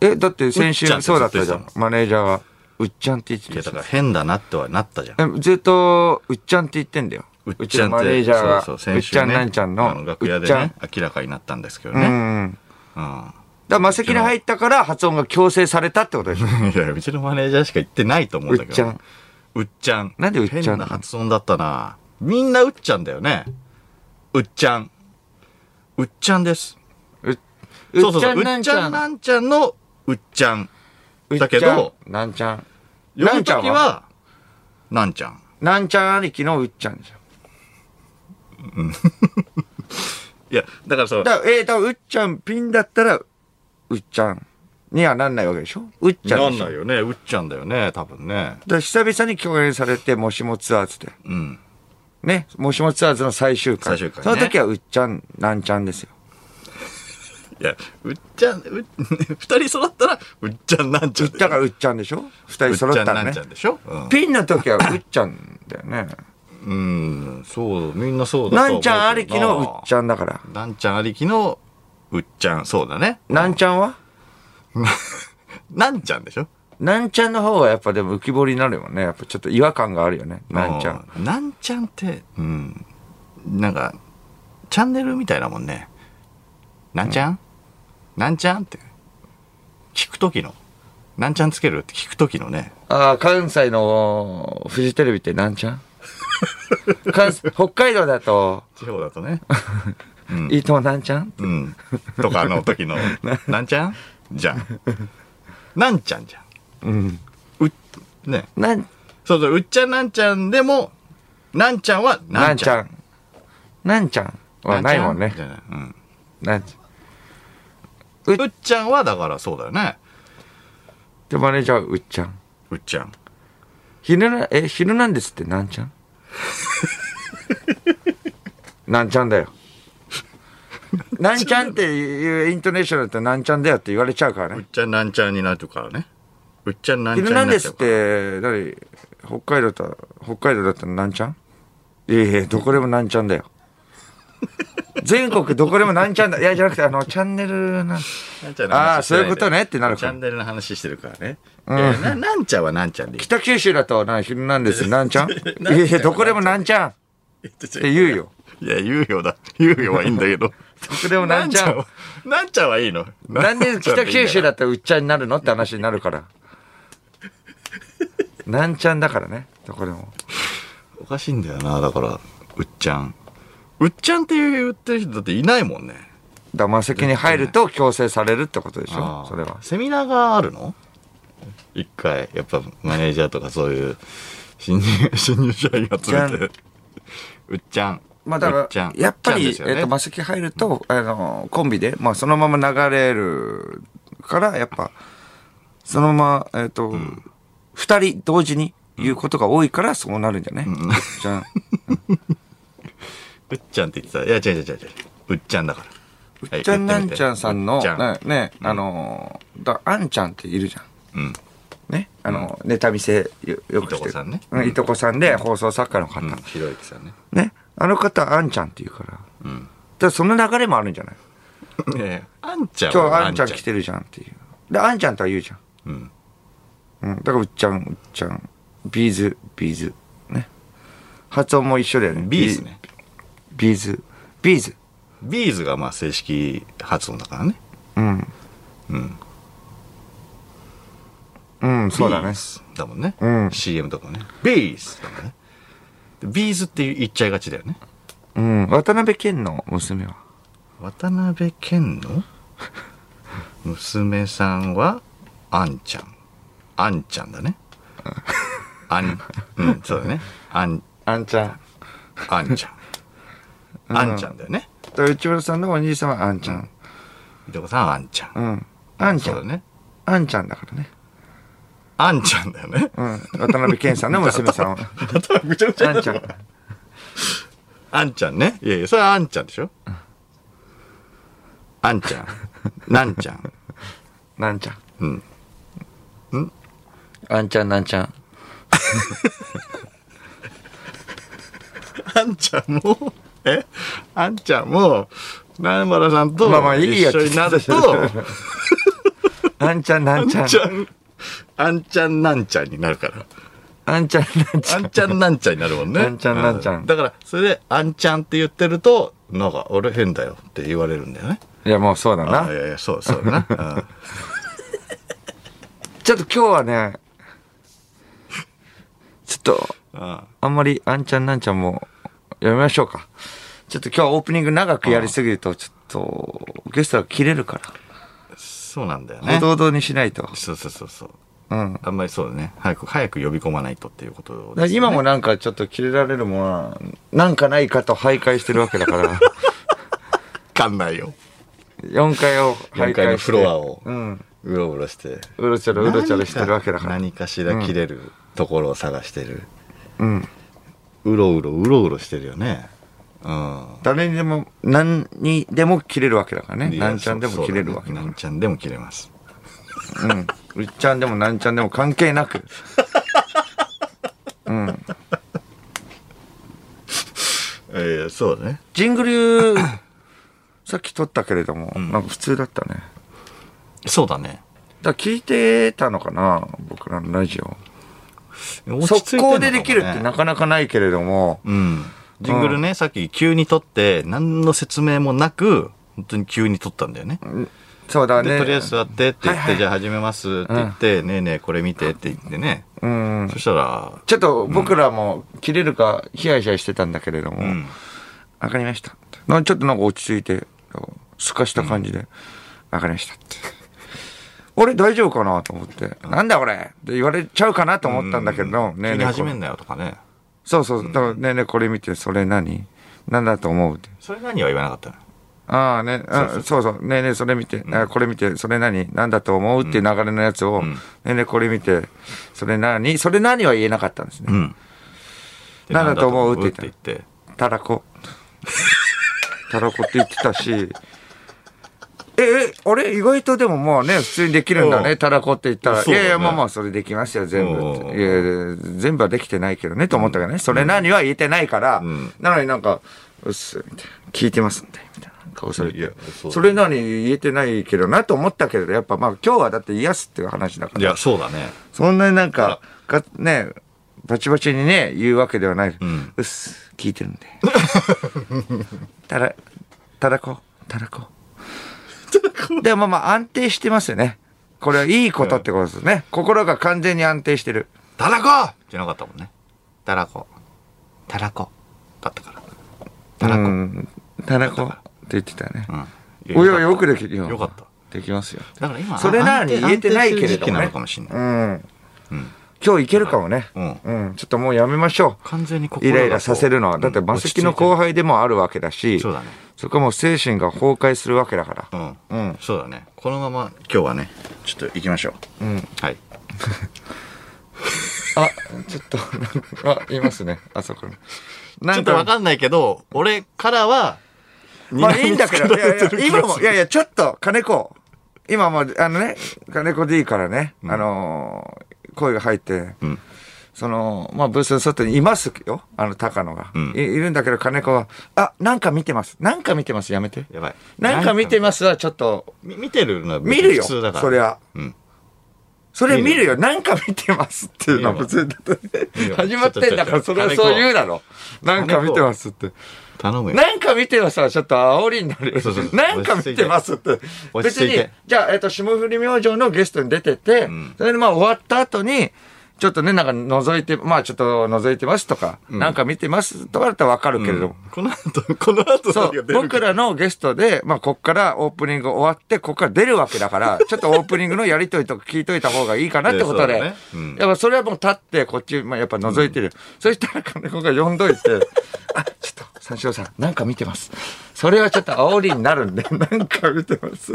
[SPEAKER 2] え、だって先週
[SPEAKER 1] うっちゃんって
[SPEAKER 2] そうだったじゃ
[SPEAKER 1] ずっ
[SPEAKER 2] ん
[SPEAKER 1] と言っ。
[SPEAKER 2] マネージャーが、うっちゃんって言って
[SPEAKER 1] い
[SPEAKER 2] た
[SPEAKER 1] や、
[SPEAKER 2] じゃ
[SPEAKER 1] だか
[SPEAKER 2] ん
[SPEAKER 1] ら変だなってはなったじゃん。
[SPEAKER 2] えずっと、うっちゃんって言ってんだよ。
[SPEAKER 1] うっ
[SPEAKER 2] うち
[SPEAKER 1] ちゃ
[SPEAKER 2] の
[SPEAKER 1] んっ
[SPEAKER 2] マ
[SPEAKER 1] て、
[SPEAKER 2] ネージャーが、
[SPEAKER 1] そううそう、先
[SPEAKER 2] っち
[SPEAKER 1] 週、
[SPEAKER 2] ゃん
[SPEAKER 1] ね、
[SPEAKER 2] なんちゃん
[SPEAKER 1] あ
[SPEAKER 2] の、
[SPEAKER 1] の
[SPEAKER 2] う
[SPEAKER 1] 楽屋
[SPEAKER 2] っ
[SPEAKER 1] で
[SPEAKER 2] ちゃん
[SPEAKER 1] ね。、明らかになったんですけど
[SPEAKER 2] う
[SPEAKER 1] ね。
[SPEAKER 2] ん。だか
[SPEAKER 1] うん。
[SPEAKER 2] ら、マセキに入ったから発音が強制されたってことでし ょ。
[SPEAKER 1] いや、うちのマネージャーしか言ってないと思うんだけど。
[SPEAKER 2] うっちゃん。
[SPEAKER 1] うっちゃん。
[SPEAKER 2] なんでうっちゃんなの
[SPEAKER 1] 変な発音だったな。みんなうっちゃんだよね。うっちゃん。うっちゃんです。
[SPEAKER 2] うっ
[SPEAKER 1] そうそ
[SPEAKER 2] うっ
[SPEAKER 1] う
[SPEAKER 2] ち
[SPEAKER 1] そ
[SPEAKER 2] ゃ
[SPEAKER 1] う。
[SPEAKER 2] んな
[SPEAKER 1] うんっ
[SPEAKER 2] ち
[SPEAKER 1] ちゃ
[SPEAKER 2] ゃ
[SPEAKER 1] ん
[SPEAKER 2] ん。
[SPEAKER 1] なんちゃんのうっちゃん。
[SPEAKER 2] うっ
[SPEAKER 1] だけど
[SPEAKER 2] ちゃんなんちゃん。
[SPEAKER 1] 呼
[SPEAKER 2] なん
[SPEAKER 1] ぶ
[SPEAKER 2] ちゃ
[SPEAKER 1] と
[SPEAKER 2] ん
[SPEAKER 1] き
[SPEAKER 2] は
[SPEAKER 1] は、なんちゃん。
[SPEAKER 2] なんちゃんありきのうっちゃんじゃん。
[SPEAKER 1] いや、だからそう。
[SPEAKER 2] だから、えー、だからうっちゃんピンだったら、うっちゃんにはなんないわけでしょうっちゃん
[SPEAKER 1] な
[SPEAKER 2] で
[SPEAKER 1] ん
[SPEAKER 2] しょ。
[SPEAKER 1] ないよね。うっちゃんだよね。多分ね。
[SPEAKER 2] だから久々に共演されて、もしもツアーズで。
[SPEAKER 1] うん。
[SPEAKER 2] ね。もしもツアーズの最終回。
[SPEAKER 1] 最終回ね
[SPEAKER 2] その時はうっちゃん、なんちゃんですよ。
[SPEAKER 1] いや、うっ ちゃん、う二人揃ったら、うっちゃんなんちゃんでしょ。
[SPEAKER 2] だからうっちゃんでしょ二
[SPEAKER 1] う
[SPEAKER 2] 人
[SPEAKER 1] っち
[SPEAKER 2] 揃
[SPEAKER 1] ゃ
[SPEAKER 2] っ
[SPEAKER 1] ん
[SPEAKER 2] た
[SPEAKER 1] な
[SPEAKER 2] ら
[SPEAKER 1] ん
[SPEAKER 2] ね
[SPEAKER 1] ちゃ。んでしょ。うん
[SPEAKER 2] ピンの時はうっちゃんだよね。
[SPEAKER 1] うん、そう、みんなそうだと
[SPEAKER 2] な
[SPEAKER 1] 思
[SPEAKER 2] ん
[SPEAKER 1] う
[SPEAKER 2] ち
[SPEAKER 1] けど
[SPEAKER 2] ゃんありきのうっちゃんだから。
[SPEAKER 1] なんちゃんありきの、うっちゃん、そうだね。
[SPEAKER 2] なんちゃんは
[SPEAKER 1] なんちゃんでしょ
[SPEAKER 2] なんちゃんの方がやっぱでも浮き彫りになるよね。やっぱちょっと違和感があるよね。なんちゃん。
[SPEAKER 1] うなんちゃんって、うん。なんか、チャンネルみたいだもんね。なんちゃん、なんちゃんって。聞くときの。なんちゃんつけるって聞くときのね。
[SPEAKER 2] ああ、関西のフジテレビってなんち ゃん関西北海道だと、
[SPEAKER 1] 地方だとね。
[SPEAKER 2] 伊藤なんちゃん
[SPEAKER 1] うん。とかの 時の、なんちゃんじゃん。なんちゃんじゃ
[SPEAKER 2] うん。
[SPEAKER 1] ん。う、ね。
[SPEAKER 2] なん、
[SPEAKER 1] そうそう、うっちゃんなんちゃんでも、なんちゃんはな
[SPEAKER 2] なんん
[SPEAKER 1] ち
[SPEAKER 2] ち
[SPEAKER 1] ゃん。
[SPEAKER 2] ゃん。なんちゃんはないもんね
[SPEAKER 1] じ。ゃないうん
[SPEAKER 2] なんちゃ
[SPEAKER 1] う
[SPEAKER 2] ん。
[SPEAKER 1] っちゃんはだからそうだよね。
[SPEAKER 2] で、マネージャーはうっちゃん。
[SPEAKER 1] うっちゃん。
[SPEAKER 2] 昼な、え、昼なんですってなん ちゃんなんちゃんだよ。なんちゃんっていうイントネーションだったらなんちゃんだよって言われちゃうから
[SPEAKER 1] うっ
[SPEAKER 2] ね。
[SPEAKER 1] ちゃんなんちゃんになるからね。うっちゃんなんちゃん
[SPEAKER 2] 昼
[SPEAKER 1] にな
[SPEAKER 2] なん
[SPEAKER 1] っ
[SPEAKER 2] で
[SPEAKER 1] ち
[SPEAKER 2] す
[SPEAKER 1] ゃ
[SPEAKER 2] っ
[SPEAKER 1] うから。
[SPEAKER 2] て、何北海道だったら、北海道だったらなんちゃんいやいや、どこでもなんちゃんだよ。全国どこでもなんちゃんだ。いや、じゃなくて、あの、チャンネルな。
[SPEAKER 1] なんちゃんの話してな
[SPEAKER 2] あー
[SPEAKER 1] いんだよ
[SPEAKER 2] そういうことねってなるから
[SPEAKER 1] チャンネルの話してるからね。いやななんちゃんはなんちゃんでいい。
[SPEAKER 2] 北九州だと、な、昼なんです、 なんちゃんいやいや、どこでもなんち ゃんって言うよ。
[SPEAKER 1] いや、言うよだ。言うよはいいんだけ ど。
[SPEAKER 2] どこでもなんちゃん。
[SPEAKER 1] は。なんちゃんはいいの。
[SPEAKER 2] なんで北九州だ
[SPEAKER 1] だ
[SPEAKER 2] ったらうっちゃんになるのって話になるから。なんちゃんだからね、どこでも。
[SPEAKER 1] おかしいんだよな、だから、うっちゃん。うっちゃんって言ってる人だっていないもんね。
[SPEAKER 2] だから、席に入ると強制されるってことでし
[SPEAKER 1] あ
[SPEAKER 2] ょ
[SPEAKER 1] あ
[SPEAKER 2] それは。
[SPEAKER 1] セミナーがあるの一回やっぱマネージャーとかそういう新入 新入社員集めてうっちゃん
[SPEAKER 2] まあだ
[SPEAKER 1] う
[SPEAKER 2] か
[SPEAKER 1] ちゃ
[SPEAKER 2] ら
[SPEAKER 1] ん、
[SPEAKER 2] やっぱ
[SPEAKER 1] う
[SPEAKER 2] り、え
[SPEAKER 1] っ
[SPEAKER 2] っ
[SPEAKER 1] ちゃんですよね
[SPEAKER 2] と、マセキ入ると、あの、コンビで、まあそのまま流れるから、やっぱ、そのまま、えっと、二二人同時に言うことが多いからそうなるんじゃない、 じゃん。
[SPEAKER 1] うっちゃんって言ってた。いや、違う違う違う違う。うっちゃんだから。
[SPEAKER 2] うっちゃんなんちゃんさんの、
[SPEAKER 1] うっちゃん
[SPEAKER 2] ね、ねあのー、だあんちゃんっているじゃん。
[SPEAKER 1] うん。
[SPEAKER 2] ね、あの、ネタ見せよよくしてる
[SPEAKER 1] いとこさんね
[SPEAKER 2] ういとこさんで放送作家の方。
[SPEAKER 1] うん。ひろゆきさん ね。
[SPEAKER 2] ね。あの方、あんちゃんって言うから。だからその流れもあるんじゃない
[SPEAKER 1] いやいやあんちゃん
[SPEAKER 2] 今日
[SPEAKER 1] は
[SPEAKER 2] あんちゃん来てるじゃんっていう。で、あんちゃんとは言うじゃん。
[SPEAKER 1] うん。
[SPEAKER 2] うん。だから、うっちゃん、うっちゃん。ビーズ、ビーズ。ね。発音も一緒だよね。
[SPEAKER 1] ビーズね。
[SPEAKER 2] ビーズ。ビーズ。
[SPEAKER 1] ビーズがまあ正式発音だからね。
[SPEAKER 2] うん。うん。うん、そうだ
[SPEAKER 1] ビ
[SPEAKER 2] ね。
[SPEAKER 1] ーズだもんね。
[SPEAKER 2] うん
[SPEAKER 1] CM とかもね。ビーズだもんね。でビーズって言っちゃいがちだよね。
[SPEAKER 2] うん。渡辺謙の娘は。
[SPEAKER 1] 渡辺謙の娘さんは、あんちゃん。あんちゃんだね。あん、うん、そうだね。あん、
[SPEAKER 2] あんちゃん。
[SPEAKER 1] あんちゃん。あんちゃんだよね。
[SPEAKER 2] だから内村さんのお兄さんはあんちゃん。
[SPEAKER 1] いとこさんはあんちゃん。
[SPEAKER 2] うん。あんちゃ
[SPEAKER 1] そうだ
[SPEAKER 2] ん。
[SPEAKER 1] ね。
[SPEAKER 2] あんちゃんだからね。
[SPEAKER 1] あんちゃんだよね。
[SPEAKER 2] うん。渡辺謙 さんの娘さんは。
[SPEAKER 1] 頭ぐちゃぐちゃ
[SPEAKER 2] あ
[SPEAKER 1] になんっ
[SPEAKER 2] ち
[SPEAKER 1] て
[SPEAKER 2] ゃ
[SPEAKER 1] る
[SPEAKER 2] ん。
[SPEAKER 1] あんちゃんね。いやいや、それはあんちゃんでしょ。あんちゃん。なんちゃん。
[SPEAKER 2] なんちゃん。
[SPEAKER 1] うん。
[SPEAKER 2] あんちゃんなんちゃん。
[SPEAKER 1] あんちゃんも、えあんちゃんも、南原さんと
[SPEAKER 2] まあまあいい
[SPEAKER 1] 一
[SPEAKER 2] や
[SPEAKER 1] 緒になると、
[SPEAKER 2] あんちゃんな
[SPEAKER 1] あ
[SPEAKER 2] ん
[SPEAKER 1] ん
[SPEAKER 2] ちゃん。
[SPEAKER 1] ちゃん、あんちゃんなんちゃんになるから。
[SPEAKER 2] あんちゃんなんち
[SPEAKER 1] あ
[SPEAKER 2] ゃん。
[SPEAKER 1] んちゃんなんちゃんになるもんね。
[SPEAKER 2] あんちゃんなんちゃん
[SPEAKER 1] うだから、それで、あんちゃんって言ってると、なんか、俺変だよって言われるんだよね。
[SPEAKER 2] いやもうそうだ
[SPEAKER 1] あ
[SPEAKER 2] な。
[SPEAKER 1] いやいや、そうそう だな。うん
[SPEAKER 2] ちょっと今日はね、ちょっと、
[SPEAKER 1] うん
[SPEAKER 2] あんまりあんちゃんなんちゃんもやめましょうか。ちょっと今日はオープニング長くやりすぎると、ちょっと、ゲストが切れるか
[SPEAKER 1] そうなんだよ
[SPEAKER 2] ら。
[SPEAKER 1] ね。
[SPEAKER 2] 堂々にしないと。
[SPEAKER 1] そうそうそうそう。
[SPEAKER 2] うん。だか
[SPEAKER 1] あんまりそうだね。早く、早く呼び込まないとっていうこと
[SPEAKER 2] ら
[SPEAKER 1] です、ね。
[SPEAKER 2] 今もなんかちょっと切れられるものは、なんかないかと徘徊してるわけ だから。
[SPEAKER 1] わかんないよ。
[SPEAKER 2] 4階を
[SPEAKER 1] 4
[SPEAKER 2] 徘徊して
[SPEAKER 1] 階のフロアを
[SPEAKER 2] うん
[SPEAKER 1] うろうろして。
[SPEAKER 2] うろちょろうろちょろしてるわけだから
[SPEAKER 1] 何かしら切れるところを探してる。
[SPEAKER 2] うん
[SPEAKER 1] うろうろ、うろうろしてるよね。うん。
[SPEAKER 2] 誰にでも何にでも切れるわけだからね
[SPEAKER 1] いや
[SPEAKER 2] なんちゃんでも切れるわけ
[SPEAKER 1] そう
[SPEAKER 2] だ
[SPEAKER 1] だね
[SPEAKER 2] か
[SPEAKER 1] なんちゃんでも切れます。
[SPEAKER 2] らうんうっちゃんでもなんちゃんでも関係なくうん
[SPEAKER 1] ええ、そうだね。
[SPEAKER 2] ジングルさっき撮ったけれどもなんか普通だったね
[SPEAKER 1] そうだね。
[SPEAKER 2] だから聞いてたのかな僕らのラジオ
[SPEAKER 1] 落ち着いて
[SPEAKER 2] 速
[SPEAKER 1] んのかも
[SPEAKER 2] 攻
[SPEAKER 1] ね
[SPEAKER 2] でできるってなかなかないけれども
[SPEAKER 1] うん。ジングルね、さっき急に撮って、何の説明もなく、本当に急に撮ったんだよね。
[SPEAKER 2] そうだ
[SPEAKER 1] で、
[SPEAKER 2] ね
[SPEAKER 1] とりあえず座ってって言って、
[SPEAKER 2] はいはい
[SPEAKER 1] じゃあ始めますって言って、ねえねえ、これ見てって言ってね。
[SPEAKER 2] うん
[SPEAKER 1] そしたら、
[SPEAKER 2] ちょっと僕らも切れるかヒヤヒヤしてたんだけれども、
[SPEAKER 1] うん。
[SPEAKER 2] わかりました。なちょっとなんか落ち着いて、すかした感じで、わかりましたって。俺大丈夫かなと思って、なんだこれって言われちゃうかなと思ったんだけど、
[SPEAKER 1] 急
[SPEAKER 2] ねえ
[SPEAKER 1] に
[SPEAKER 2] ねえ
[SPEAKER 1] 始
[SPEAKER 2] こ
[SPEAKER 1] め
[SPEAKER 2] れ
[SPEAKER 1] んなよとかね。
[SPEAKER 2] そうそう、だからねえねえこれ見て、それ何なんだと思うって。
[SPEAKER 1] それ何は言わなかったの
[SPEAKER 2] ああね、あそうそう、ねえねえそれ見て、あこれ見て、それ何なんだと思うっていう流れのやつを、ねえねえこれ見て、それ何それ何は言えなかったんですね。
[SPEAKER 1] うん。で
[SPEAKER 2] なんだと思うって言った
[SPEAKER 1] なんだと思うって
[SPEAKER 2] たらこ。 たらこって言ってたし。え、え、あれ意外とでもまあね、普通にできるんだ
[SPEAKER 1] う
[SPEAKER 2] ね、
[SPEAKER 1] ん
[SPEAKER 2] たらこって言ったら。
[SPEAKER 1] そう
[SPEAKER 2] い
[SPEAKER 1] だね
[SPEAKER 2] やいや、まあまあ、それできますよ、全部って
[SPEAKER 1] うん
[SPEAKER 2] いやいや、全部はできてないけどね、と思ったけどね。それ何は言えてないから
[SPEAKER 1] ん、
[SPEAKER 2] なのになんか、うっす、みたいな。聞いてますんで、みたいな顔され
[SPEAKER 1] いや
[SPEAKER 2] て
[SPEAKER 1] そ。う
[SPEAKER 2] それ何言えてないけどなと思ったけど、やっぱまあ今日はだって癒やすっていう話だか
[SPEAKER 1] い
[SPEAKER 2] ら。
[SPEAKER 1] や、そうだね。
[SPEAKER 2] そんなになんか、がね、バチバチにね、言うわけではない。うんっす、聞いてるん で。たら、たらこ、たらこ。でもまあ安定してますよね。これはいいことってことですね。心が完全に安定してる。
[SPEAKER 1] たらこじゃなかったもんね。たらこ。たらこ。だったから。たらこ。
[SPEAKER 2] うん。たらこって言ってたよね。
[SPEAKER 1] うん。
[SPEAKER 2] おや、よくできるよ。
[SPEAKER 1] よかった。
[SPEAKER 2] できますよ。
[SPEAKER 1] だから今、
[SPEAKER 2] それなのに言えてない
[SPEAKER 1] 安定して
[SPEAKER 2] けれどもね
[SPEAKER 1] る時期なのかもしれ
[SPEAKER 2] う
[SPEAKER 1] ない。
[SPEAKER 2] ん。今日いけるかもね。
[SPEAKER 1] うん
[SPEAKER 2] うん。ちょっともうやめましょう。
[SPEAKER 1] 完全に心
[SPEAKER 2] イ
[SPEAKER 1] がこう
[SPEAKER 2] ライラさせるのは、だってマセキの後輩でもあるわけだし、
[SPEAKER 1] そうだね
[SPEAKER 2] そこはもう精神が崩壊するわけだから。
[SPEAKER 1] うん、
[SPEAKER 2] うん
[SPEAKER 1] そうだねこのまま今日はねちょっと行きましょう、はい
[SPEAKER 2] あ、ちょっと、 なんか、あ、いますね。あそこに。な
[SPEAKER 1] ちょっとわ
[SPEAKER 2] ん
[SPEAKER 1] かんないけど、俺からは、
[SPEAKER 2] まあいいんだけど、い
[SPEAKER 1] 睨
[SPEAKER 2] や
[SPEAKER 1] み
[SPEAKER 2] い
[SPEAKER 1] つけられ
[SPEAKER 2] や、
[SPEAKER 1] てる
[SPEAKER 2] 今も、いやいや、ちょっと、金子。今もう、あのね、金子 D からね、あのー声が入って、
[SPEAKER 1] ん
[SPEAKER 2] その、まあ、ブースの外にいますよ。あの、高野が。
[SPEAKER 1] ん
[SPEAKER 2] いいるんだけど、金子は、あ、なんか見てます。なんか見てます。やめて。
[SPEAKER 1] やばい。
[SPEAKER 2] なんか見てますは、ちょっと、
[SPEAKER 1] み見てるのは別に
[SPEAKER 2] 見るよ。
[SPEAKER 1] 普通だから。
[SPEAKER 2] そりゃ。
[SPEAKER 1] うん
[SPEAKER 2] それ見るよ。なんか見てますっていうのは
[SPEAKER 1] 見る
[SPEAKER 2] 普
[SPEAKER 1] わ
[SPEAKER 2] 通だって
[SPEAKER 1] 見るわ
[SPEAKER 2] 始まってんだから、
[SPEAKER 1] ちょ
[SPEAKER 2] そ
[SPEAKER 1] っと
[SPEAKER 2] れ
[SPEAKER 1] ちょっ
[SPEAKER 2] は
[SPEAKER 1] と
[SPEAKER 2] そう言うだろ。なんか見てますって。
[SPEAKER 1] 頼むよ。
[SPEAKER 2] なんか見てますはちょっと煽りになるよ
[SPEAKER 1] そうそうそ。う
[SPEAKER 2] なんか見てますって。
[SPEAKER 1] 落ち
[SPEAKER 2] 別
[SPEAKER 1] 着いて
[SPEAKER 2] に、じゃあ、えっと、霜降り明星のゲストに出てて
[SPEAKER 1] ん、
[SPEAKER 2] それでまあ終わった後に、ちょっとね、なんか覗いて、まあちょっと覗いてますとか、なんか見てますとかだったらわかるけれども。
[SPEAKER 1] この後、 この後何
[SPEAKER 2] そ
[SPEAKER 1] が
[SPEAKER 2] う、
[SPEAKER 1] 出る
[SPEAKER 2] 僕
[SPEAKER 1] から
[SPEAKER 2] のゲストで、まあ、こっからオープニング終わって、こっから出るわけ だから、ちょっとオープニングのやりとりとか聞いといた方がいいかなってこと
[SPEAKER 1] い
[SPEAKER 2] で、
[SPEAKER 1] やそうだねうん
[SPEAKER 2] やっぱそれはもう立って、こっち、まあ、やっぱ覗いてる。そしたら金子が呼んどいて、あ、ちょっと、三四郎さん、なんか見てます。それはちょっと煽りになるんで、 なんか見てます。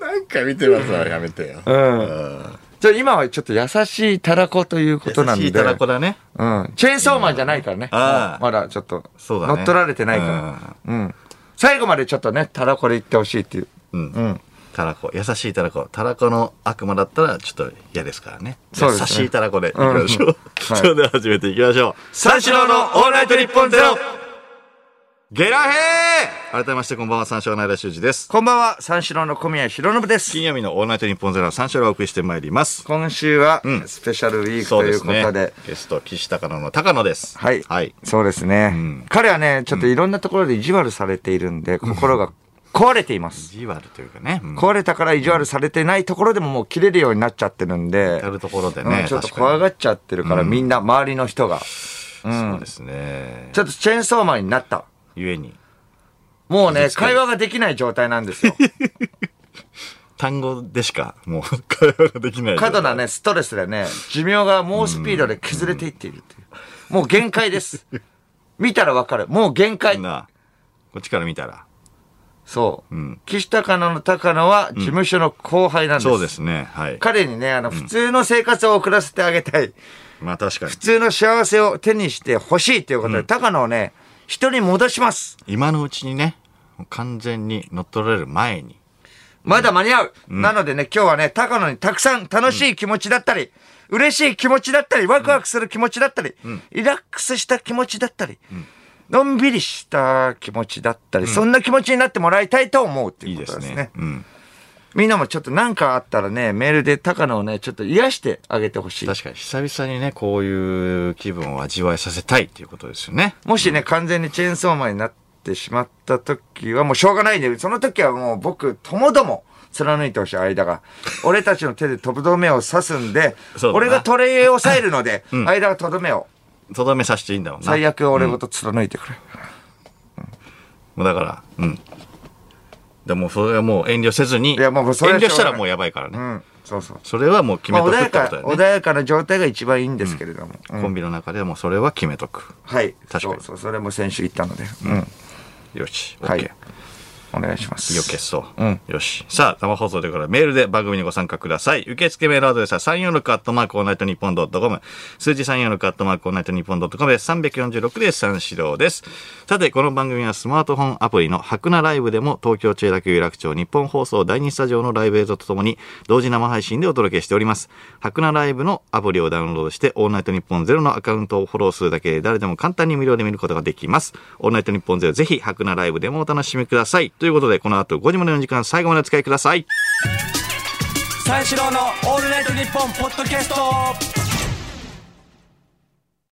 [SPEAKER 1] なんか見てますわ、やめてよ。
[SPEAKER 2] うん。じゃあ今はちょっと優しいたらこということなんで。
[SPEAKER 1] 優しいたらこだね。
[SPEAKER 2] うん。チェーンソーマンじゃないからね。
[SPEAKER 1] ああ
[SPEAKER 2] まだちょっと、
[SPEAKER 1] そうだね
[SPEAKER 2] 乗っ取られてないから。うん。最後までちょっとね、たらこで言ってほしいっていう。
[SPEAKER 1] うん。
[SPEAKER 2] うん。
[SPEAKER 1] たらこ、優しいたらこ。たらこの悪魔だったらちょっと嫌ですからね。
[SPEAKER 2] そうですね
[SPEAKER 1] 優しいたらこでいきましょう。
[SPEAKER 2] はい
[SPEAKER 1] それでは始めていきましょう。三四郎のオールナイト日本ゼロゲラヘー改めましてこんばんは、三四郎の間修二です。
[SPEAKER 2] こんばんは、三四郎の小宮弘信です。
[SPEAKER 1] 金曜日のオールナイト日本ゼロは三四郎をお送りしてまいります。
[SPEAKER 2] 今週は
[SPEAKER 1] ん、
[SPEAKER 2] スペシャルウィーク
[SPEAKER 1] そ
[SPEAKER 2] と
[SPEAKER 1] う
[SPEAKER 2] い
[SPEAKER 1] で
[SPEAKER 2] う
[SPEAKER 1] す
[SPEAKER 2] こと
[SPEAKER 1] ね
[SPEAKER 2] で。。
[SPEAKER 1] ゲスト、岸高野の高野です。
[SPEAKER 2] はい。
[SPEAKER 1] はい。
[SPEAKER 2] そうですね、
[SPEAKER 1] ん
[SPEAKER 2] 彼はね、ちょっといろんなところで意地悪されているんで、心が壊れています。
[SPEAKER 1] 意地悪というかね。うん
[SPEAKER 2] 壊れたから意地悪されてないところでももう切れるようになっちゃってるんで、
[SPEAKER 1] 至るところで
[SPEAKER 2] う
[SPEAKER 1] ね
[SPEAKER 2] ん。ちょっと
[SPEAKER 1] 確か
[SPEAKER 2] 怖
[SPEAKER 1] に
[SPEAKER 2] がっちゃってるから、みんな周りの人が、
[SPEAKER 1] そうですね。
[SPEAKER 2] ちょっとチェーンソーマンになった。
[SPEAKER 1] ゆえに。
[SPEAKER 2] もうね、会話ができない状態なんですよ。
[SPEAKER 1] 単語でしか、もう、 会話ができない。
[SPEAKER 2] 過度なね、ストレスでね、寿命が猛スピードで削れていっているっていう。もう限界です。見たらわかる。もう限界。
[SPEAKER 1] な、こっちから見たら。
[SPEAKER 2] そう。
[SPEAKER 1] うん
[SPEAKER 2] 岸高野の高野は事務所の後輩なんです。
[SPEAKER 1] そうですね。はい。
[SPEAKER 2] 彼にね、あの、普通の生活を送らせてあげたい。
[SPEAKER 1] まあ確かに
[SPEAKER 2] 普。通の幸せを手にしてほしいということで、高野をね、人に戻します。
[SPEAKER 1] 今のうちにね、もう完全に乗っ取られる前に。
[SPEAKER 2] まだ間に合う、なのでね、今日はね、高野にたくさん楽しい気持ちだったり、嬉しい気持ちだったり、ワクワクする気持ちだったり、リラックスした気持ちだったり、のんびりした気持ちだったり、そんな気持ちになってもらいたいと思うって
[SPEAKER 1] い
[SPEAKER 2] い
[SPEAKER 1] いう
[SPEAKER 2] こ
[SPEAKER 1] で
[SPEAKER 2] と
[SPEAKER 1] す
[SPEAKER 2] ですね。
[SPEAKER 1] ね。うん。
[SPEAKER 2] みんなもちょっと何かあったらね、メールで高野をね、ちょっと癒してあげてほしい。
[SPEAKER 1] 確かに久々にね、こういう気分を味わいさせたいっていうことですよね。
[SPEAKER 2] もしね、完全にチェーンソーマンになってしまった時はもうしょうがないんで、その時はもう僕ともども貫いてほしい 間が。俺たちの手でとどめを刺すんで、
[SPEAKER 1] そうだな
[SPEAKER 2] 俺がトレイを抑えるので、間がとどめを。
[SPEAKER 1] とどめさせていいんだろうな。
[SPEAKER 2] 最悪俺ごと貫いてくれ。
[SPEAKER 1] もうだから、うん。でもそれはもう遠慮せずに。
[SPEAKER 2] いやもうそれ
[SPEAKER 1] 遠
[SPEAKER 2] は
[SPEAKER 1] 慮したら
[SPEAKER 2] しょうがない
[SPEAKER 1] もうやばいから
[SPEAKER 2] う
[SPEAKER 1] ね。
[SPEAKER 2] ん、そうそう。
[SPEAKER 1] それはもう決
[SPEAKER 2] ま
[SPEAKER 1] め
[SPEAKER 2] あ、
[SPEAKER 1] と
[SPEAKER 2] 穏
[SPEAKER 1] くっ
[SPEAKER 2] や
[SPEAKER 1] てこと
[SPEAKER 2] か、
[SPEAKER 1] だよ
[SPEAKER 2] 穏
[SPEAKER 1] ね。
[SPEAKER 2] やかな状態が一番いいんですけれども。うん
[SPEAKER 1] コンビの中ではもうそれは決めとく。
[SPEAKER 2] はい。
[SPEAKER 1] 確かに
[SPEAKER 2] そうそう、それも先週言ったので。うん。
[SPEAKER 1] よし。オッ
[SPEAKER 2] は
[SPEAKER 1] ケー
[SPEAKER 2] い。お願いします。
[SPEAKER 1] 意を消そう。
[SPEAKER 2] うん
[SPEAKER 1] よし。さあ、生放送でからメールで番組にご参加ください。受付メールアドレスは346アットマークオールナイトニッポンドットコム。数字346アットマークオールナイトニッポンドットコムです。346で三四郎です。さて、この番組はスマートフォンアプリの白菜ライブでも東京千代田区有楽町日本放送第2スタジオのライブ映像とともに同時生配信でお届けしております。白菜ライブのアプリをダウンロードしてオールナイトニッポンゼロのアカウントをフォローするだけで誰でも簡単に無料で見ることができます。オールナイトニッポンゼロぜひ白菜ライブでもお楽しみください。ということで、この後5時までの時間最後までお使いください。
[SPEAKER 3] 三四郎のオールナイトニッポンポッドキャスト